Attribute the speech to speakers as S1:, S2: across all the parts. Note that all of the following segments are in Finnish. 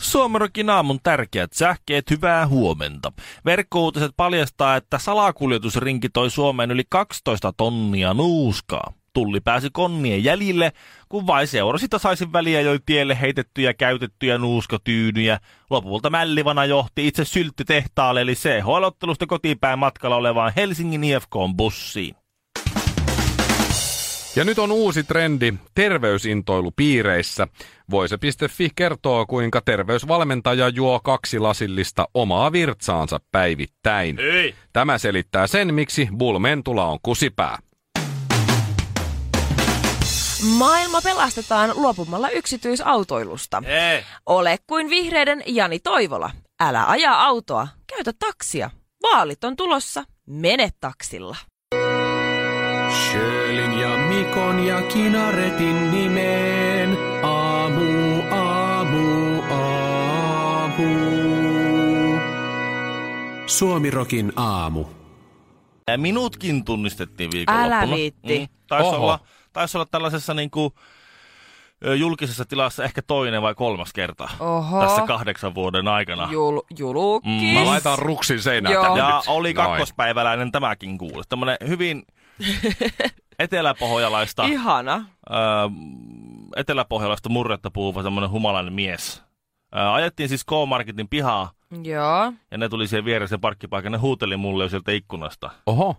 S1: Suomarokin aamun tärkeät sähkeet, hyvää huomenta. Verkkouutiset paljastaa, että salakuljetusrinki toi Suomeen yli 12 tonnia nuuskaa. Tulli pääsi konnien jäljille, kun vain seurasi tasaisin väliä joi tielle heitettyjä käytettyjä nuuskatyynyjä. Lopulta Mällivana johti itse sylttitehtaalle eli CHL-ottelusta kotiinpäin matkalla olevaan Helsingin IFK-bussiin.
S2: Ja nyt on uusi trendi terveysintoilu piireissä. Voise.fi kertoo, kuinka terveysvalmentaja juo kaksi lasillista omaa virtsaansa päivittäin.
S1: Ei.
S2: Tämä selittää sen, miksi bulmentula on kusipää.
S3: Maailma pelastetaan luopumalla yksityisautoilusta.
S1: Ei.
S3: Ole kuin vihreiden Jani Toivola. Älä aja autoa, käytä taksia. Vaalit on tulossa, mene taksilla.
S4: Sjölin ja Mikon ja Kinaretin nimeen. Aamu, aamu, aamu. Suomirokin aamu.
S1: Ja minutkin tunnistettiin viikonloppuna.
S3: Älä viitti.
S1: Mm, taisi,
S2: Oho.
S1: olla, taisi olla tällaisessa niin kuin, ö, julkisessa tilassa ehkä toinen vai kolmas kerta
S3: Oho.
S1: tässä kahdeksan vuoden aikana.
S3: Jul, julukis.
S2: Mm. Mä laitan ruksin seinään
S3: Joo.
S2: tänne
S1: Ja
S2: nyt.
S1: oli
S2: Noin.
S1: kakkospäiväläinen tämäkin kuule. Tämmönen hyvin eteläpohjalaista, ö,
S3: Ihana.
S1: eteläpohjalaista murretta puhuva semmoinen humalainen mies. Ö, ajettiin siis K-Marketin pihaa
S3: Joo.
S1: ja ne tuli siihen vieressä parkkipaikan. Ne huuteli mulle jo sieltä ikkunasta.
S2: Oho.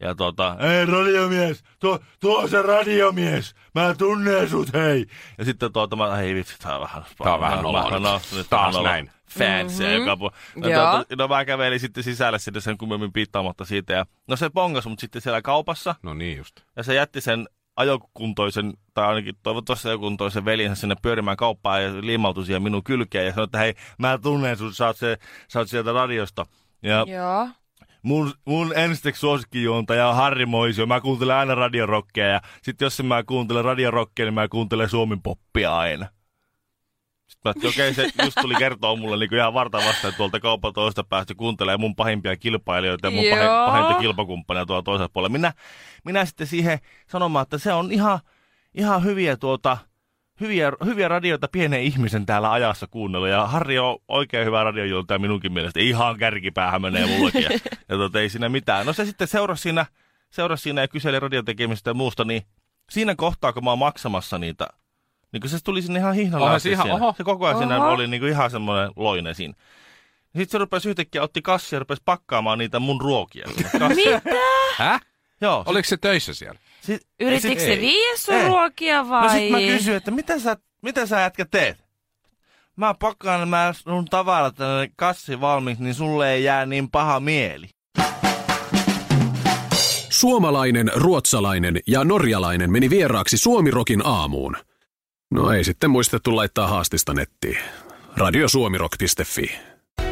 S1: Ja tota,
S5: Hei radiomies, tuo, tuo on se radiomies. Mä tunnen sut, hei.
S1: Ja sitten tuota, mä, hei vitsi, tää on vähän...
S2: Tää on vähän noloa
S1: no,
S2: nyt.
S1: no, nyt
S2: Taas
S1: vähän noloa.
S2: näin.
S1: Fansia
S3: Mhm.
S1: mm-hmm. joka puolella. no,
S3: Joo.
S1: tuota, no mä kävelin sitten sisälle sinne sen kummemmin piittaamatta siitä. Ja, no se pongas mut sitten siellä kaupassa.
S2: No niin just.
S1: Ja se jätti sen ajokuntoisen, tai ainakin toivottavasti ajokuntoisen veljensä sinne pyörimään kauppaan ja liimautui siihen minun kylkeen ja sanoi, että hei, mä tunnen sut, sä oot, se, sä oot sieltä radiosta. Ja
S3: Joo.
S1: mun, mun ensiksi suosikkijuontaja on Harri Moisio. Mä kuuntelen aina radiorockia ja sit jos en mä kuuntelen radiorockia, niin mä kuuntelen Suomen poppia aina. Sitten mä ajattelin, okei, okay, se just tuli kertoa mulle niin ihan varta vastaan että tuolta kaupan toista päästä kuuntelee mun pahimpia kilpailijoita ja mun pahin,
S3: Joo.
S1: pahinta kilpakumppania tuolla toisella puolella. Minä, minä sitten siihen sanomaan, että se on ihan, ihan hyviä tuota, hyviä, hyviä radioita pienen ihmisen täällä ajassa kuunnella. Ja Harri on oikein hyvä radiojuontaja minunkin mielestä. Ihan kärkipäähän menee mullakin. Ja, ja tota, ei siinä mitään. No se sitten seurasi siinä, seurasi siinä ja kyseli radiotekemisestä ja muusta, niin siinä kohtaa, kun mä oon maksamassa niitä, niin kun se tuli sinne ihan hihnalle
S2: Oho,
S1: asti
S2: se ihan-
S1: siinä.
S2: oho.
S1: Se koko ajan siinä
S3: Oho.
S1: oli niin kuin ihan semmoinen loinen siinä. Sitten se rupesi yhtäkkiä, otti kassia ja rupesi pakkaamaan niitä mun ruokia. sinne kassiin.
S2: Häh?
S1: Joo.
S2: Oliko se töissä siellä?
S1: sit, sit-
S3: Yritikö
S1: sit-
S3: se viiä sun
S1: Ei.
S3: ruokia vai?
S1: No sit mä kysyin, että mitä sä, mitä sä jätkä teet? Mä pakkaan mä sun tavarat tänne kassi valmiiksi, niin sulle ei jää niin paha mieli.
S5: Suomalainen, ruotsalainen ja norjalainen meni vieraaksi Suomirokin aamuun. No ei sitten muistettu laittaa haastista nettiin. Radiosuomirok.fi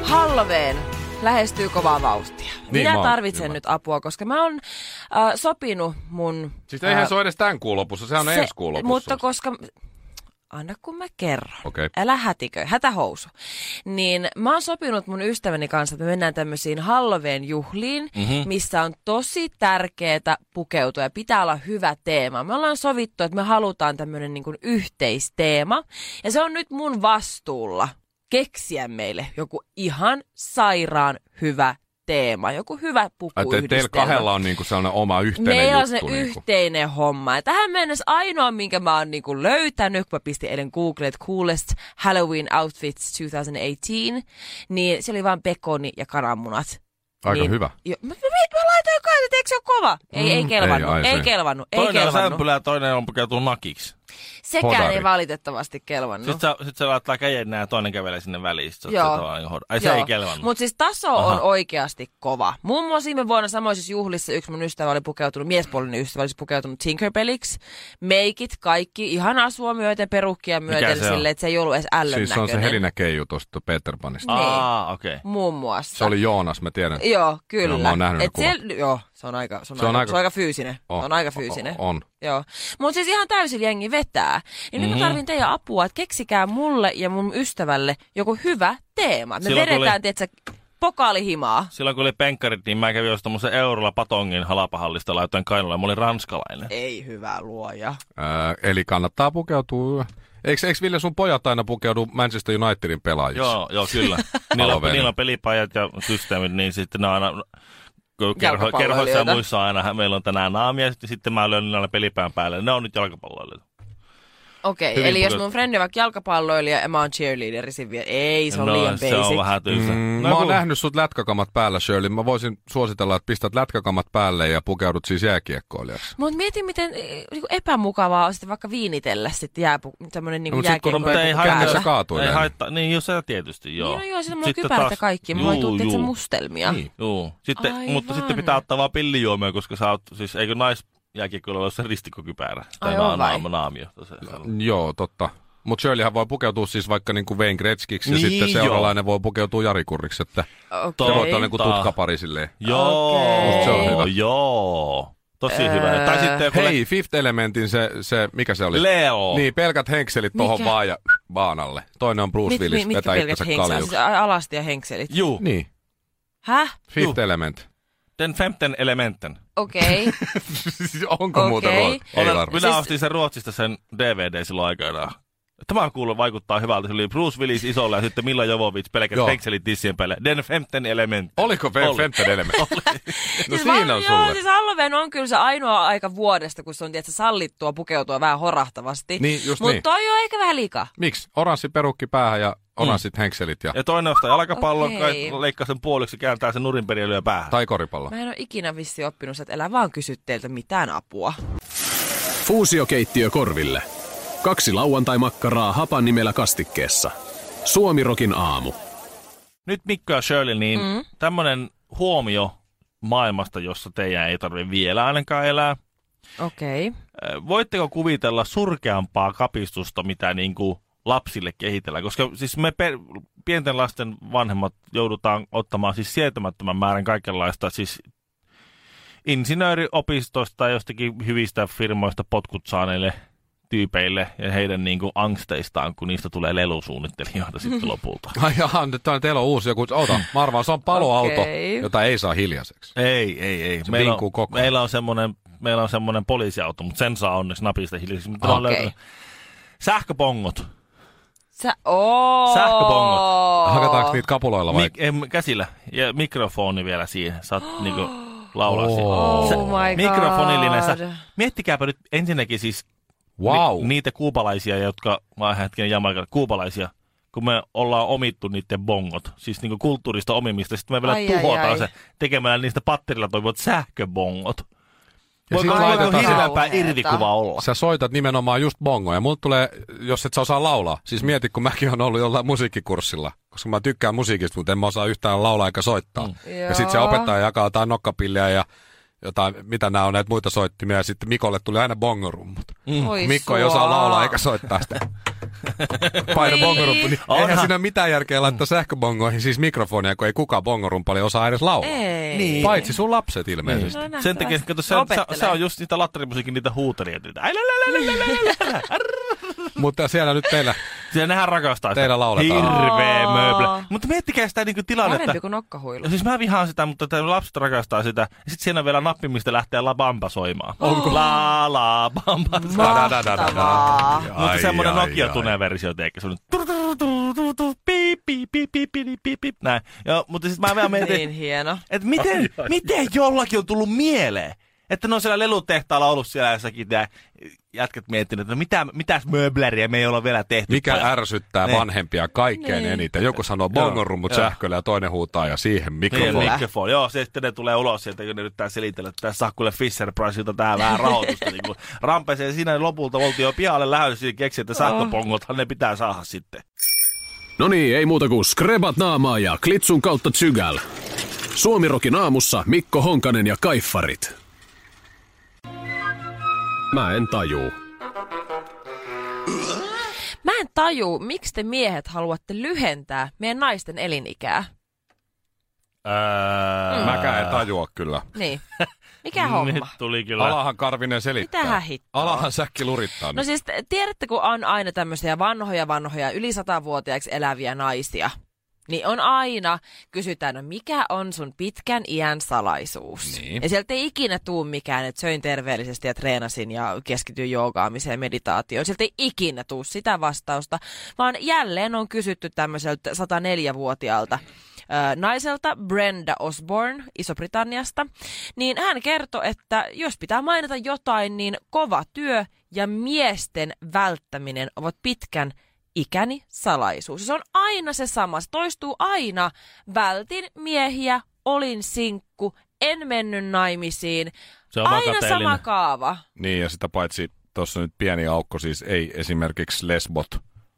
S3: Halloween lähestyy kovaa vauhtia. Minä
S2: mä oon-
S3: tarvitsen
S2: niin mä-
S3: nyt apua, koska mä oon äh, sopinut mun...
S2: Siis eihän
S3: äh,
S2: se ole edes tämän kuun lopussa, sehän on ensi kuun lopussa.
S3: Mutta koska... Anna kun mä kerron.
S2: Okei.
S3: Älä hätikö, hätähousu. Niin mä oon sopinut mun ystäväni kanssa, että me mennään tämmöisiin Halloween juhliin,
S2: Mhm.
S3: mm-hmm. missä on tosi tärkeetä pukeutua ja pitää olla hyvä teema. Me ollaan sovittu, että me halutaan tämmöinen niin kuin yhteisteema ja se on nyt mun vastuulla keksiä meille joku ihan sairaan hyvä teema, joku hyvä
S2: Ajattelin, että teillä
S3: pukuyhdistelmä.
S2: kahdella on niinku sellainen oma yhteinen
S3: Meillä on se
S2: juttu. niinku.
S3: yhteinen homma. Ja tähän mennessä ainoa, minkä mä oon niinku löytänyt, kun mä pistin eilen Googleen, että coolest Halloween outfits 2018, niin se oli vaan pekoni ja kananmunat.
S2: Aika
S3: niin,
S2: hyvä.
S3: Jo, mä, mä, mä, laitoin kai, että eikö se ole kova? Ei, ei kelvannut,
S2: Mm, ai
S3: ei,
S2: se.
S3: kelvannut, ei
S1: Toinen on
S3: kelvannut.
S1: sämpylä ja toinen on pukeutunut nakiksi.
S3: Sekään
S2: Hodari.
S3: ei valitettavasti kelvannut.
S1: Sitten sä, sit sä laittaa käden näin ja toinen kävelee sinne väliin. Sit sä oot
S3: No. Joo.
S1: sillä tavalla niin kuin hod- Ai se ei kelvannut.
S3: Mutta siis taso
S1: Aha.
S3: on oikeasti kova. Muun muassa viime vuonna samoisissa juhlissa yksi mun ystävä oli pukeutunut, miespuolinen ystävä olisi pukeutunut Tinkerbelliksi. Meikit kaikki, ihan asua myöten, perukkia myöten
S1: se on?
S3: sille, että se ei ollut edes ällön
S2: Siis se on se
S3: näköinen.
S2: Helinä Keiju tuosta Peterpanista.
S3: niin.
S1: Aa, okei. Okay.
S3: Muun muassa.
S2: Se oli Joonas, mä tiedän.
S3: Joo, kyllä.
S2: Joo, mä oon nähnyt ne
S3: Et siellä, joo, se on aika, se on, se aika, on aika, se on aika fyysinen. Oh, se on aika fyysinen.
S2: On.
S3: Joo. Mutta siis ihan täysin jengi vetää. Niin mm-hmm. nyt mä tarvin teidän apua, että keksikää mulle ja mun ystävälle joku hyvä teema. Me
S1: Silloin
S3: Silloin
S1: kun
S3: vedetään,
S1: oli-
S3: oli... tietsä, pokaalihimaa.
S1: Silloin kun oli penkkarit, niin mä kävin ostamassa eurolla patongin halapahallista laitoin kainalla. Mä olin ranskalainen.
S3: Ei hyvä luoja.
S2: Öö, eli kannattaa pukeutua. Eikö, eikö Ville sun pojat aina pukeudu Manchester Unitedin pelaajiksi?
S1: Joo, joo, kyllä. niillä, on,
S2: Palvelu.
S1: niillä on pelipajat ja systeemit, niin sitten ne on aina kun kerho,
S3: Jalkapalloilijoita.
S1: kerhoissa ja muissa aina. Meillä on tänään naamia, sitten- sitten mä löin niillä pelipään päälle. Ne on nyt jalkapalloilijoita.
S3: Okei, okay,
S1: Hyvin
S3: eli jos
S1: pudet-
S3: mun frendi on vaikka jalkapalloilija ja mä oon cheerleaderi siinä vielä. Ei, se on
S1: no,
S3: no, liian
S1: se
S3: basic.
S1: on vähän tylsä.
S2: Mm,
S1: No,
S2: mä oon
S1: kun-
S2: nähnyt sut lätkäkamat päällä, Shirley. Mä voisin suositella, että pistät lätkäkamat päälle ja pukeudut siis jääkiekkoilijaksi.
S3: Mut mieti, miten eh, niinku epämukavaa on sitten vaikka viinitellä sitten jääpu, tämmönen niinku
S2: No,
S3: no,
S2: mut sit kun on-
S3: jääkiekko.
S1: mutta ei
S2: Käännös
S1: haittaa.
S2: ja kaatuu
S1: Ei
S2: näin.
S1: haittaa. Niin, joo, se tietysti, joo.
S3: Joo. Niin, no joo, sitten mulla on
S1: Sitten
S3: kypärät ja
S1: taas-
S3: kaikki. Mulla
S1: Juu,
S3: tulee tietysti
S1: juu.
S3: mustelmia. Niin.
S1: Joo. Sitten,
S3: Aivan.
S1: mutta sitten pitää ottaa vaan pillijuomia, koska sä oot, siis eikö naisjääkiekkoilla ole se ristikkokypärä? Tai
S3: Ai on
S1: naam,
S3: vai?
S1: naam, naamio. se on.
S2: Mm, Joo, totta. Mutta Shirleyhän voi pukeutua siis vaikka niinku Wayne Gretzkiksi
S1: Niin,
S2: ja sitten seuralainen voi pukeutua Jari Kurriksi, että
S3: Okei.
S2: se
S1: Totta.
S2: voi olla niinku tutkapari silleen.
S1: Joo,
S3: Okei. Öö.
S2: Se on hyvä.
S1: joo. Tosi hyvä. Tai sitten joku
S2: Hei, Fifth Elementin se, se mikä se
S1: Le-
S2: oli?
S1: Leo.
S2: Niin, pelkät henkselit tohon
S3: Mikä?
S2: vaan ja baanalle. Toinen on Bruce
S3: Mit,
S2: Willis,
S3: mit, mitkä
S2: vetää
S3: pelkät
S2: itsensä
S3: henkselit? Siis
S2: kaljuksi.
S3: a- alasti ja henkselit.
S1: Juu,
S2: Niin,
S3: Häh?
S2: Fifth
S1: Juh.
S2: Element.
S1: den femten elementen.
S3: Okei. No
S2: Siis Onko okay. muuta
S3: Okei.
S2: ruokaa? Ei
S1: Olen,
S2: varmaan.
S1: minä
S3: Siis-
S1: ostin sen Ruotsista sen DVD silloin aikanaan. Tämä kuuluu vaikuttaa hyvältä. Se oli Bruce Willis isolla ja sitten Milla Jovovich pelkät
S2: Joo.
S1: henkselit tissien päälle. Den femten element.
S2: Oliko Fe-
S1: Oli.
S2: Femten Element? no
S3: siis
S2: siinä
S3: val-
S2: on
S3: Joo,
S2: sulle.
S3: siis Halloween on kyllä se ainoa aika vuodesta, kun se on tietysti sallittua pukeutua vähän horahtavasti.
S2: Niin, just
S3: Mut
S2: niin.
S3: toi on ehkä vähän liikaa.
S2: Miksi? Oranssi perukki päähän ja oranssit henkselit ja,
S1: Ja toinen ostaa jalkapallon,
S3: Okei.
S1: okay. leikkaa sen puoliksi, kääntää sen nurinperin ja lyö päähän.
S2: tai koripallo.
S3: Mä en ole ikinä vissi oppinut, että älä vaan kysy teiltä mitään apua.
S4: Fuusiokeittiö korville. Kaksi lauantai-makkaraa hapan nimellä kastikkeessa. Suomirokin aamu.
S1: Nyt Mikko ja Shirley, niin mm. tämmönen huomio maailmasta, jossa teidän ei tarvitse vielä ainakaan elää.
S3: Okei. Okay.
S1: Ö, Voitteko kuvitella surkeampaa kapistusta, mitä niin kuin lapsille kehitellään? Koska siis me per, pienten lasten vanhemmat joudutaan ottamaan siis sietämättömän määrän kaikenlaista, siis insinööriopistosta tai jostakin hyvistä firmoista potkut saaneille tyypeille ja heidän niin kuin angsteistaan, kun niistä tulee lelusuunnittelijoita sitten lopulta.
S2: Ai jaha, nyt on- teillä on uusi joku. Ota, mä arvaan, se on paloauto,
S3: Okei.
S2: jota ei saa hiljaiseksi.
S1: Ei, ei, ei.
S2: Se
S1: Meillä
S2: vinkkuu
S1: on,
S2: koko ajan.
S1: meillä on semmoinen meillä on semmoinen poliisiauto, mutta sen saa onneksi napista hiljaiseksi. Mutta okay. on
S3: Okei.
S1: löytänyt. Sähköpongot.
S3: Sä, ooo.
S1: Sähköpongot.
S2: Hakataanko niitä kapuloilla vai?
S1: Mik, em, käsillä. Ja mikrofoni vielä siihen. Saat niinku laulaa
S2: Oh.
S1: siihen.
S2: Oh
S1: Sä-
S3: my god.
S1: Mikrofonillinen sä. Miettikääpä nyt ensinnäkin siis
S2: Wow.
S1: ni, niitä kuupalaisia, jotka, mä hetken jamaikalla, kuupalaisia, kun me ollaan omittu niiden bongot, siis niinku kulttuurista omimista, sitten me vielä
S3: Ai, ai,
S1: tuhotaan
S3: ai.
S1: se tekemällä niistä patterilla toimivat sähköbongot.
S2: Ja sit
S1: Voiko voiko
S2: laitetaan se-
S1: hirveämpää
S3: Kauheeta.
S1: irvikuva olla?
S2: Sä soitat nimenomaan just bongoja. Mulle tulee, jos et sä osaa laulaa. Siis mieti, kun mäkin on ollut jollain musiikkikurssilla. Koska mä tykkään musiikista, mutta en mä osaa yhtään laulaa eikä soittaa. Mm. Ja sit se
S3: Joo.
S2: opettaja jakaa jotain nokkapilliä ja jotain, mitä nämä on näitä muita soittimia. Ja sitten Mikolle tuli aina bongorummut.
S3: Oi
S2: Mikko ei
S3: sua.
S2: osaa laulaa eikä soittaa sitä. Paina
S3: Niin.
S2: bongorumpu. Niin eihän
S1: Onhan.
S2: siinä ole mitään järkeä laittaa sähköbongoihin siis mikrofonia, kun ei kukaan bongorumpali osaa edes laulaa.
S3: Ei.
S2: Paitsi sun lapset ilmeisesti.
S3: No
S1: Sen takia,
S3: nähtävästi.
S1: kato, se,
S3: Ne
S1: on, se,
S3: opettelee.
S1: se on just niitä latterimusiikin niitä huuteria. Niitä. Ai, lä, lä, lä, lä, lä, lä.
S3: Niin.
S2: Mutta siellä nyt teillä
S1: Siellä nehän rakastaa sitä.
S2: Teillä lauletaan.
S1: Hirveä
S3: Aa.
S1: möblä. Mutta miettikää sitä niinku tilannetta.
S3: Parempi kuin nokkahuilu.
S1: Ja Siis mä vihaan sitä, mutta tää lapset rakastaa sitä. Ja sit siinä on vielä nappi, mistä lähtee la bamba soimaan. Onko? La la bamba.
S3: Mm. Mahtavaa.
S1: Mutta semmonen Nokia-tune-versio teekö sun. Tur, tur, tur, tur, tur, piip, piip, piip, piip, piip, piip, piip. Näin. Joo, mutta sit mä vielä mietin,
S3: Niin hieno.
S1: että miten, miten jollakin on tullut mieleen? Että ne on siellä lelutehtaalla ollut siellä jossakin ja jätkät miettinyt, että mitä, mitäs möbleriä me ei olla vielä tehty.
S2: Mikä
S1: pojat.
S2: ärsyttää
S1: Niin.
S2: vanhempia kaikkein
S3: Niin.
S2: eniten? Joku sanoo
S1: Joo,
S2: bongorummut
S1: joo.
S2: sähköllä ja toinen huutaa ja
S1: Niin,
S2: siihen mikrofoni.
S1: mikrofoni. Joo, se sitten ne tulee ulos sieltä, kun ne yrittää selitellä, että tässä Sakkulle Fisher Priceilta tähän vähän rahoitusta. niin kuin rampeeseen siinä niin lopulta oltiin jo pialle lähdössä siinä keksi,
S3: Oh.
S1: että sähköpongothan ne pitää saada sitten.
S5: No niin, ei muuta kuin skrebat naamaa ja klitsun kautta tsygäl. Suomirokin aamussa Mikko Honkanen ja Kaiffarit. Mä en tajuu.
S3: Mä en taju, miksi te miehet haluatte lyhentää meidän naisten elinikää.
S1: Öö,
S2: Mäkään en tajua kyllä.
S3: Niin. Mm. Mikä homma?
S1: Mm, Nyt tuli kyllä.
S2: Alahan Karvinen selittää.
S3: Mitähän hittoa?
S2: Alahan säkki lurittaa
S3: No
S2: nyt.
S3: siis t- tiedätte, kun on aina tämmöisiä vanhoja, vanhoja, yli satavuotiaiksi eläviä naisia, niin on aina, kysytään, no mikä on sun pitkän iän salaisuus?
S2: Niin.
S3: Ja sieltä ei ikinä tuu mikään, että söin terveellisesti ja treenasin ja keskityin joogaamiseen ja meditaatioon. Sieltä ei ikinä tuu sitä vastausta, vaan jälleen on kysytty tämmöiseltä 104-vuotiaalta ö, naiselta Brenda Osborne Iso-Britanniasta, niin hän kertoi, että jos pitää mainita jotain, niin kova työ ja miesten välttäminen ovat pitkän ikäni salaisuus. Ja Se on aina se sama, se toistuu aina. Vältin miehiä, olin sinkku, en mennyt naimisiin.
S1: Se on
S3: Aina
S1: vakateellinen.
S3: sama kaava.
S2: Niin ja sitä paitsi tuossa nyt pieni aukko siis ei esimerkiksi lesbot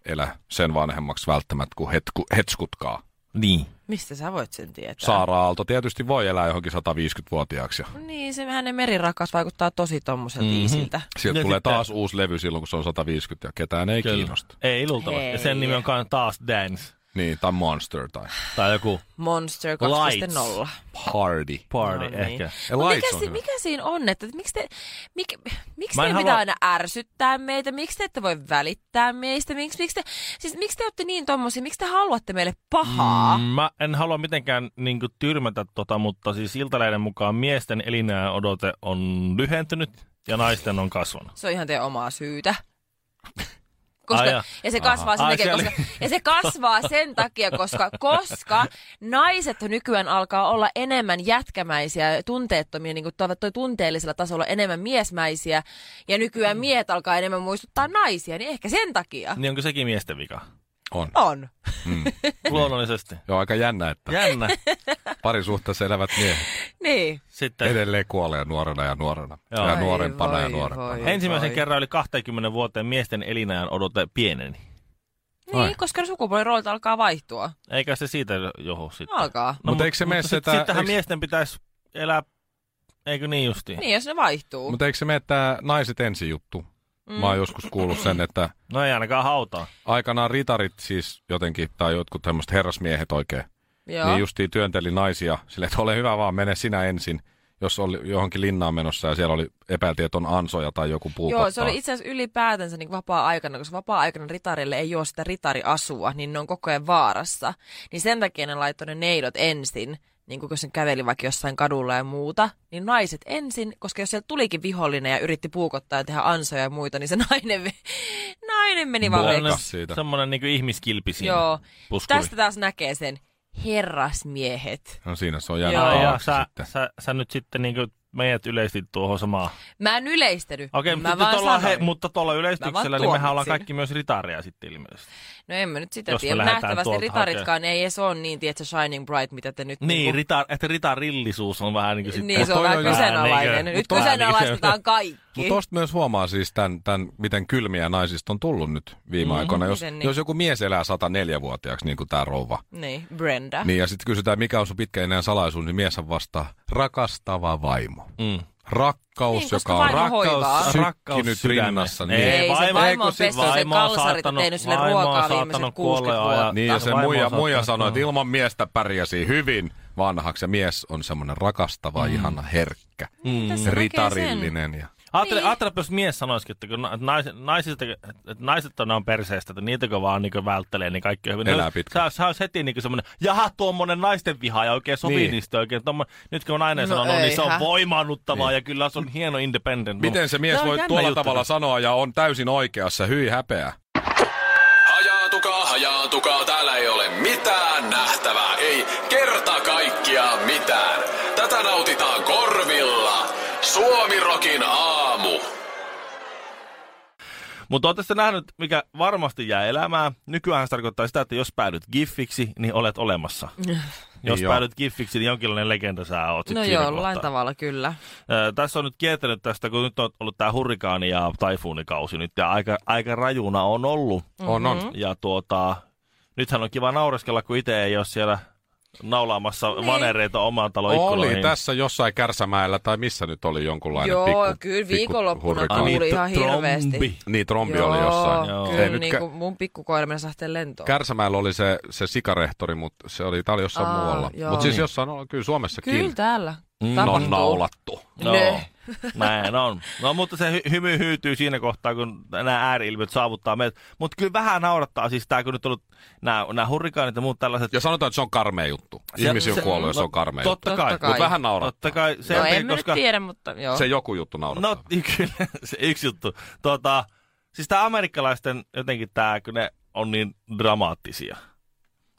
S2: elä sen vanhemmaksi välttämättä kuin hetku, hetskutkaa.
S1: Niin.
S3: Mistä sä voit sen tietää?
S2: Saara Aalto tietysti voi elää johonkin 150-vuotiaaksi ja
S3: Niin, se hänen merirakas vaikuttaa tosi tommoselta
S1: Mhm.
S3: mm-hmm. iisiltä.
S2: sieltä
S1: Ja
S2: tulee
S1: sitten-
S2: taas uusi levy silloin kun se on 150 ja ketään ei Kyllä. kiinnosta.
S1: Ei luultavasti. Ja sen
S3: Hei.
S1: nimi on kai taas Dance.
S2: Niin, tai Monster tai
S1: Tai joku
S3: Monster 2.0.
S1: Lights.
S2: Party. eh.
S1: party
S3: No niin.
S1: ehkä.
S2: Ja
S3: Mut
S2: Lights
S3: mikä,
S2: on
S3: si-
S2: hyvä.
S3: mikä siinä on, että miksi te, mik, miksi
S1: Mä en
S3: teidän
S1: halua-
S3: pitää aina ärsyttää meitä, miksi te ette voi välittää meistä, miksi, miksi, te, siis, miksi te olette niin tommosia, miksi te haluatte meille pahaa?
S1: Mm, Mä en halua mitenkään niin kuin, tyrmätä tota, mutta siis iltaleiden mukaan miesten elinää odote on lyhentynyt ja naisten on kasvanut.
S3: Se on ihan teidän omaa syytä. Koska,
S1: Ai jaa.
S3: ja se kasvaa sen
S1: Ai,
S3: takia,
S1: se oli-
S3: koska, ja se kasvaa sen takia, koska, koska naiset nykyään alkaa olla enemmän jätkämäisiä, ja tunteettomia, niin kuin toi, toi tunteellisella tasolla enemmän miesmäisiä, ja nykyään miehet alkaa enemmän muistuttaa naisia, niin ehkä sen takia.
S1: Mm. Niin onko sekin miesten vika?
S2: On. mm.
S3: On.
S1: Luonnollisesti.
S2: Joo, aika jännä, että
S1: Jännä.
S2: parisuhteessa elävät miehet
S3: Niin.
S1: Sitten
S2: edelleen kuolee nuorena ja nuorena.
S1: Joo.
S2: Ja
S1: Ai
S2: nuorempana ja
S3: voi,
S2: nuorempana.
S3: voi.
S1: ensimmäisen
S3: Vai.
S1: kerran yli 20 vuoteen miesten elinajan odote pieneni.
S3: Niin,
S2: Ai.
S3: koska sukupuoliroolit alkaa vaihtua.
S1: Eikä se siitä johdu sitten.
S3: Alkaa.
S1: No,
S2: Mut eikö se mene
S1: sit-
S2: sitä-
S1: Sittenhän
S2: eikö-
S1: miesten pitäisi elää, eikö niin justiin?
S3: Niin, jos ne vaihtuu.
S2: Mutta eikö se mene tämä naiset ensi juttu?
S3: Mm.
S2: Mä oon joskus kuullut sen, että
S1: No ei ainakaan hautaa.
S2: aikanaan ritarit siis jotenkin, tai jotkut tämmöiset herrasmiehet oikein,
S3: Joo.
S2: Joo. niin justiin työnteli naisia silleen, että ole hyvä vaan, mene sinä ensin, jos oli johonkin linnaan menossa ja siellä oli epäiltiin, että on ansoja tai joku puukottaa.
S3: Joo, se oli itse asiassa ylipäätänsä niin vapaa-aikana, koska vapaa-aikana ritarille ei ole sitä ritariasua, niin ne on koko ajan vaarassa. Niin sen takia ne laittoi ne neidot ensin, niin kuin jos ne käveli vaikka jossain kadulla ja muuta, niin naiset ensin, koska jos sieltä tulikin vihollinen ja yritti puukottaa ja tehdä ansoja ja muita, niin se nainen, ve- nainen meni vaan
S2: Bongas.
S3: veksi.
S2: siitä.
S1: Semmoinen niin ihmiskilpi siinä.
S3: Joo.
S1: Puskuri.
S3: Tästä taas näkee sen herrasmiehet.
S2: No siinä se on jäänyt
S3: Joo,
S1: Ai ja
S2: taakse
S1: sä,
S2: sitten.
S1: sä, sä, nyt sitten niin meidät yleisesti tuohon samaan.
S3: Mä en yleistänyt. Niin
S1: Okei,
S3: mä
S1: mutta, tuolla, he, mutta tuolla
S3: Mä vaan
S1: yleistyksellä niin mehän ollaan
S3: tuomitsin.
S1: kaikki myös ritareja sitten ilmeisesti.
S3: No en mä nyt sitä
S1: Jos me
S3: tiedä.
S1: lähdetään
S3: Nähtävästi
S1: tuolta
S3: ritaritkaan ei edes ole niin, tiedätkö, Shining Bright, mitä te nyt...
S1: Niin,
S3: niinku-
S1: rita, että ritarillisuus on vähän niin kuin sitten.
S3: niin se on
S2: Toi
S3: vähän
S2: on vähän
S3: kyseenalainen.
S1: niinkö-
S3: Niin, nyt
S1: mut toi-
S3: kyseenalaistetaan kaikki.
S2: Mutta tosta myös huomaa siis tämän, tämän, miten kylmiä naisista on tullut nyt viime mm, aikoina. Jos,
S3: miten
S2: niin?
S3: niin?
S2: jos joku mies elää 104-vuotiaaksi, niin kuin tämä rouva,
S3: Niin, Brenda.
S2: Niin ja sitten kysytään, mikä on sun pitkä enää salaisuus, niin mies vastaa, rakastava vaimo.
S1: Mm.
S2: Rakkaus,
S3: Niin, koska
S2: joka on
S3: vaimo hoivaa.
S2: rakkaus,
S1: Rakkaus
S2: sykki nyt
S1: sydämeen.
S2: rinnassa.
S1: Ei,
S2: Niin,
S3: Ei, se
S1: vaimo-
S3: vaimo
S2: ei,
S3: on
S2: kun sit
S3: pessyt sen
S1: vaimo on
S3: kalsarit ja
S1: saattanut-
S3: tehnyt sille
S1: vaimo on
S3: ruokaa
S1: saattanut
S3: viimeiset
S1: kuolla
S3: 60
S1: jo
S3: vuotta.
S1: ajat.
S2: niin ja se
S1: Vaimo Niin.
S2: muija,
S1: saattaa-
S2: muija sanoi, että ilman miestä pärjäsi hyvin vanhaksi. Ja mies on semmoinen rakastava, mm. ihana, herkkä, mm.
S3: Tässä näkee
S2: ritarillinen. Ja...
S1: Ajattele,
S3: Niin.
S1: ajattele, jos mies sanoisikin, että kun na- nais, naisista, että naiset on, ne on perseestä, että niitäkö vaan niin välttelee, niin kaikki on hyvin.
S2: Elää
S1: Ne olis-
S2: pitkään.
S1: Sä, olis- sä olis heti niin semmoinen, jaha, tuommoinen naisten viha ja oikein sopii
S2: Niin.
S1: niin. niistä oikein. Tommo, nyt kun on nainen
S3: No
S1: sanonut, niin se on
S3: eihän.
S1: voimaannuttavaa ja kyllä se on hieno independent.
S2: Niin. Miten se
S1: Tää
S2: mies
S1: on
S2: voi
S1: jännä
S2: tuolla
S1: juttu.
S2: tavalla sanoa ja on täysin oikeassa, hyi häpeä.
S4: Hajaatukaa, hajaatukaa, täällä ei ole mitään nähtävää, ei kerta kaikkiaan mitään. Tätä nautitaan korvilla. Suomi
S1: Mutta olette sitten nähnyt, mikä varmasti jää elämään. Nykyään se tarkoittaa sitä, että jos päädyt giffiksi, niin olet olemassa. jos
S2: Joo.
S1: päädyt giffiksi, niin jonkinlainen legenda sä oot. sit
S3: Äh. No
S1: siinä
S3: joo,
S1: kohtaa.
S3: jollain tavalla kyllä.
S1: Ö, tässä on nyt kiertänyt tästä, kun nyt on ollut tämä hurrikaani ja taifuunikausi nyt, ja aika, aika rajuna on ollut.
S3: Mm-hmm.
S2: On, on.
S1: Ja tuota, nythän on kiva naureskella, kun itse ei ole siellä naulaamassa niin. vanereita omaan talon
S2: Oli
S1: ikkunoihin.
S2: tässä jossain Kärsämäellä tai missä nyt oli jonkunlainen
S3: Joo,
S2: pikku,
S3: kyllä
S2: pikku
S3: viikonloppuna
S2: hurrikaani.
S3: tuli. Kuuli ihan hirveästi.
S1: trombi.
S2: Niin, trombi
S3: joo,
S2: oli jossain.
S1: Joo.
S3: Kyllä,
S2: Ei nyt
S3: niin
S2: kä-
S3: kuin mun pikkukoira meni lähtee lentoon.
S2: Kärsämäellä oli se, se sikarehtori, mutta se oli, tää oli jossain
S3: Aa,
S2: muualla.
S3: joo.
S2: Mutta siis
S3: Niin.
S2: jossain on kyllä Suomessakin.
S3: Kyllä täällä
S1: Mm.
S2: Ne
S3: tapahtuu.
S2: on naulattu.
S1: Joo,
S3: Ne.
S1: No, näin on. No mutta se hy- hymy hyytyy siinä kohtaa, kun nämä ääriilmiöt saavuttaa meidät. Mutta kyllä vähän naurattaa siis tämä, kun nyt on ollut nämä, nämä hurrikaanit ja muut tällaiset.
S2: Ja sanotaan, että se on karmea juttu. Ihmisiä on kuollut ja se on karmea juttu.
S1: no, Totta kai.
S3: Totta
S2: Mutta vähän naurattaa.
S1: Totta kai. Sen
S3: no
S1: takia,
S3: en mä
S1: koska...
S3: nyt tiedä, mutta joo.
S2: Se joku juttu naurattaa.
S1: No y- kyllä, se yksi juttu. Tota, siis tämä amerikkalaisten jotenkin tämä, kun ne on niin dramaattisia.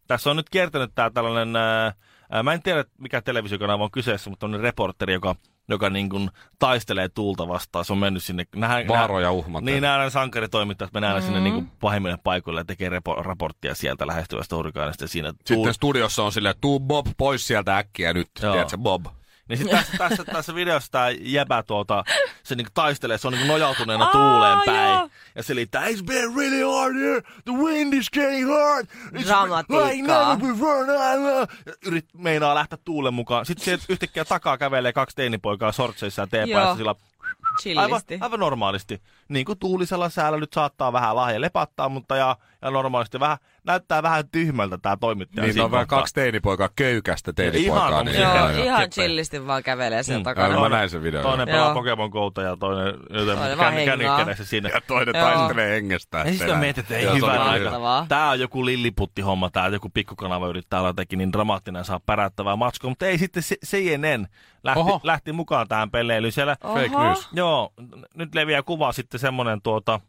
S1: Tässä on nyt kiertänyt tämä tällainen, ää, ää, mä en tiedä mikä televisiokanava on kyseessä, mutta on reporteri, joka, joka niin kuin taistelee tuulta vastaan. Se on mennyt sinne. Nähdään,
S2: Vaaroja uhmaten.
S1: Niin nähdään sankaritoimittajat, me nähdään mm-hmm. sinne niin kuin pahimmille paikoille ja tekee repo- raporttia sieltä lähestyvästä hurrikaanista. ja Siinä tuul-
S2: Sitten studiossa on silleen, tuu Bob pois sieltä äkkiä nyt,
S1: Joo.
S2: tiedätkö Bob.
S1: Niin sit tässä, tässä, tässä videossa tämä jäbä tuota, se niinku taistelee, se on niinku nojautuneena
S3: Aa,
S1: tuuleen päin.
S3: joo.
S1: Ja se liittää, it's been really hard here, the wind is getting hard, it's
S3: Dramatiikkaa.
S1: like never before. Nah, nah. Ja Yrit, meinaa lähteä tuulen mukaan. Sitten sieltä yhtäkkiä takaa kävelee kaksi teinipoikaa sortseissa ja teepaissa
S3: Joo.
S1: sillä aivan,
S3: Chillisti.
S1: aivan normaalisti. Niin kuin tuulisella säällä nyt saattaa vähän lahja lepattaa, mutta ja, ja normaalisti vähän, näyttää vähän tyhmältä tämä toimittaja.
S2: Niin
S1: siinä
S2: on vähän
S1: kohtaa.
S2: kaksi teinipoikaa, köykästä
S1: tota- Ihan
S2: teinipoikaa.
S1: on
S2: Niin
S1: siinä.
S3: Joo,
S1: Joo,
S3: ihan
S1: kippejä.
S3: chillisti vaan kävelee sen
S1: Mm.
S3: takana.
S2: Aivan. Mä näin sen videon,
S1: Toinen
S3: joo.
S1: pelaa
S3: Joo.
S1: Pokemon Gouta ja toinen,
S3: Toinen
S1: toinen
S3: vaan
S1: kän,
S3: hengaa.
S1: kännykkälässä siinä.
S2: Ja toinen
S3: Joo.
S2: taistelee hengestään.
S1: Ja sitten
S2: enää.
S1: mietit, että ei
S2: Joo, se on
S1: hyvä
S2: ihan
S1: aika.
S3: mahtavaa.
S1: Tää on joku lilliputtihomma, tää joku pikkukanava yrittää olla jotenkin niin dramaattinen ja saa pärättävää matskua, mutta ei sitten se, CNN lähti,
S2: Oho.
S1: lähti mukaan tähän peleilyyn. Siellä,
S2: Fake
S3: Oho.
S2: news.
S1: joo, n- nyt leviää kuva sitten semmonen tuota,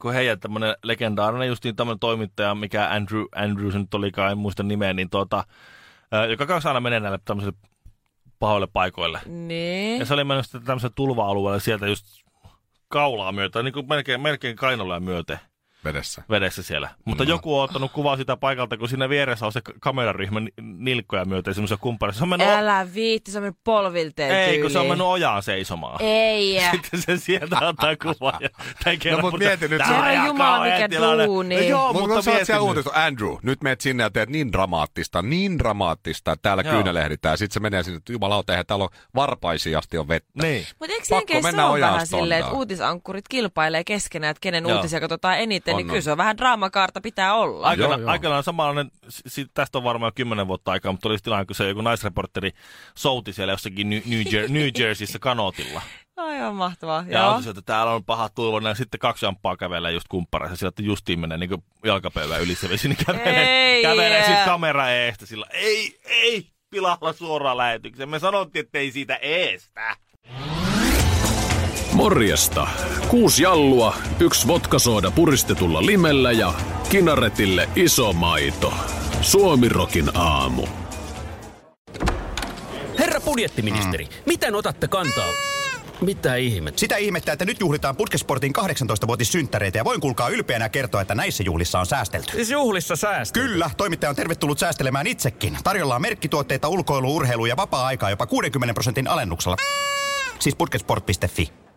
S1: kun heidän tämmönen legendaarinen justiin tämmönen toimittaja, mikä Andrew, Andrew se nyt olikaan, en muista nimeä, niin tuota, ö, joka kanssa aina menee näille tämmöisille pahoille paikoille.
S3: Niin.
S1: Ja se oli mennyt sitten tämmöiselle tulva-alueelle sieltä just kaulaa myötä, niin kuin melkein, melkein kainolla myöten
S2: Vedessä.
S1: vedessä siellä. Mutta
S3: Mm.
S2: No.
S1: no. joku on ottanut kuvaa sitä paikalta, kun siinä vieressä on se k- kameraryhmä ni- nilkkoja myöten semmoisessa kumppanissa. Se on mennyt,
S3: Älä viitti, se on mennyt polvilteen
S1: ei, kun se on
S3: tyyliin.
S1: mennyt ojaan seisomaan.
S3: Ei.
S1: Sitten se sieltä antaa kuvaa. Ja
S2: No, mut mieti nyt,
S3: Herra Jumala, mikä duuni.
S1: No, joo,
S2: Mutta kun
S1: mutta
S2: sä oot
S1: mieti
S2: siellä
S1: nyt.
S2: uutista, Andrew, nyt meet sinne ja teet niin dramaattista, niin dramaattista, että täällä
S1: Joo.
S2: kyynelehditään. Sitten se menee sinne, että jumalauta, eihän täällä on varpaisiin asti on vettä.
S1: Niin.
S3: Mutta eikö
S2: Pakko
S3: jenkeissä
S2: mennä
S3: ole
S2: ojaan
S3: vähän
S2: stondaa.
S3: silleen, että uutisankkurit kilpailee keskenään, että kenen
S1: Joo.
S3: uutisia katsotaan eniten,
S2: On,
S3: niin
S2: on.
S3: kyllä se on vähän draamakaarta pitää olla.
S1: Aikana,
S2: Joo, joo.
S1: aikanaan samanlainen, si- si- tästä on varmaan jo kymmenen vuotta aikaa, mutta oli tilanne, kun se joku naisreportteri souti siellä jossakin New, New, Jer- New Jerseyssä kanootilla.
S3: Aivan mahtavaa.
S1: Ja
S3: Joo.
S1: on se, että täällä on paha tulvana ja sitten kaksi amppaa kävelee just kumppareissa. Sillä että justiin menee niin jalkapöydän yli se vesi, niin kävelee,
S3: Ei,
S1: kävelee
S3: jää.
S1: sitten kamera eestä sillä. Ei, ei, pilalla suoraan lähetykseen. Me sanottiin, että ei siitä eestä.
S5: Morjesta. Kuusi jallua, yksi vodkasooda puristetulla limellä ja kinaretille iso maito. Suomirokin aamu.
S6: Herra budjettiministeri, mm. miten otatte kantaa? Mitä ihmettä?
S7: Sitä ihmettä, että nyt juhlitaan Putkesportin 18-vuotissynttäreitä ja voin kuulkaa ylpeänä kertoa, että näissä juhlissa on säästelty.
S6: Siis juhlissa säästö.
S7: Kyllä, toimittaja on tervetullut säästelemään itsekin. Tarjolla on merkkituotteita, ulkoilu, urheilu ja vapaa-aikaa jopa 60 prosentin alennuksella. Siis putkesport.fi.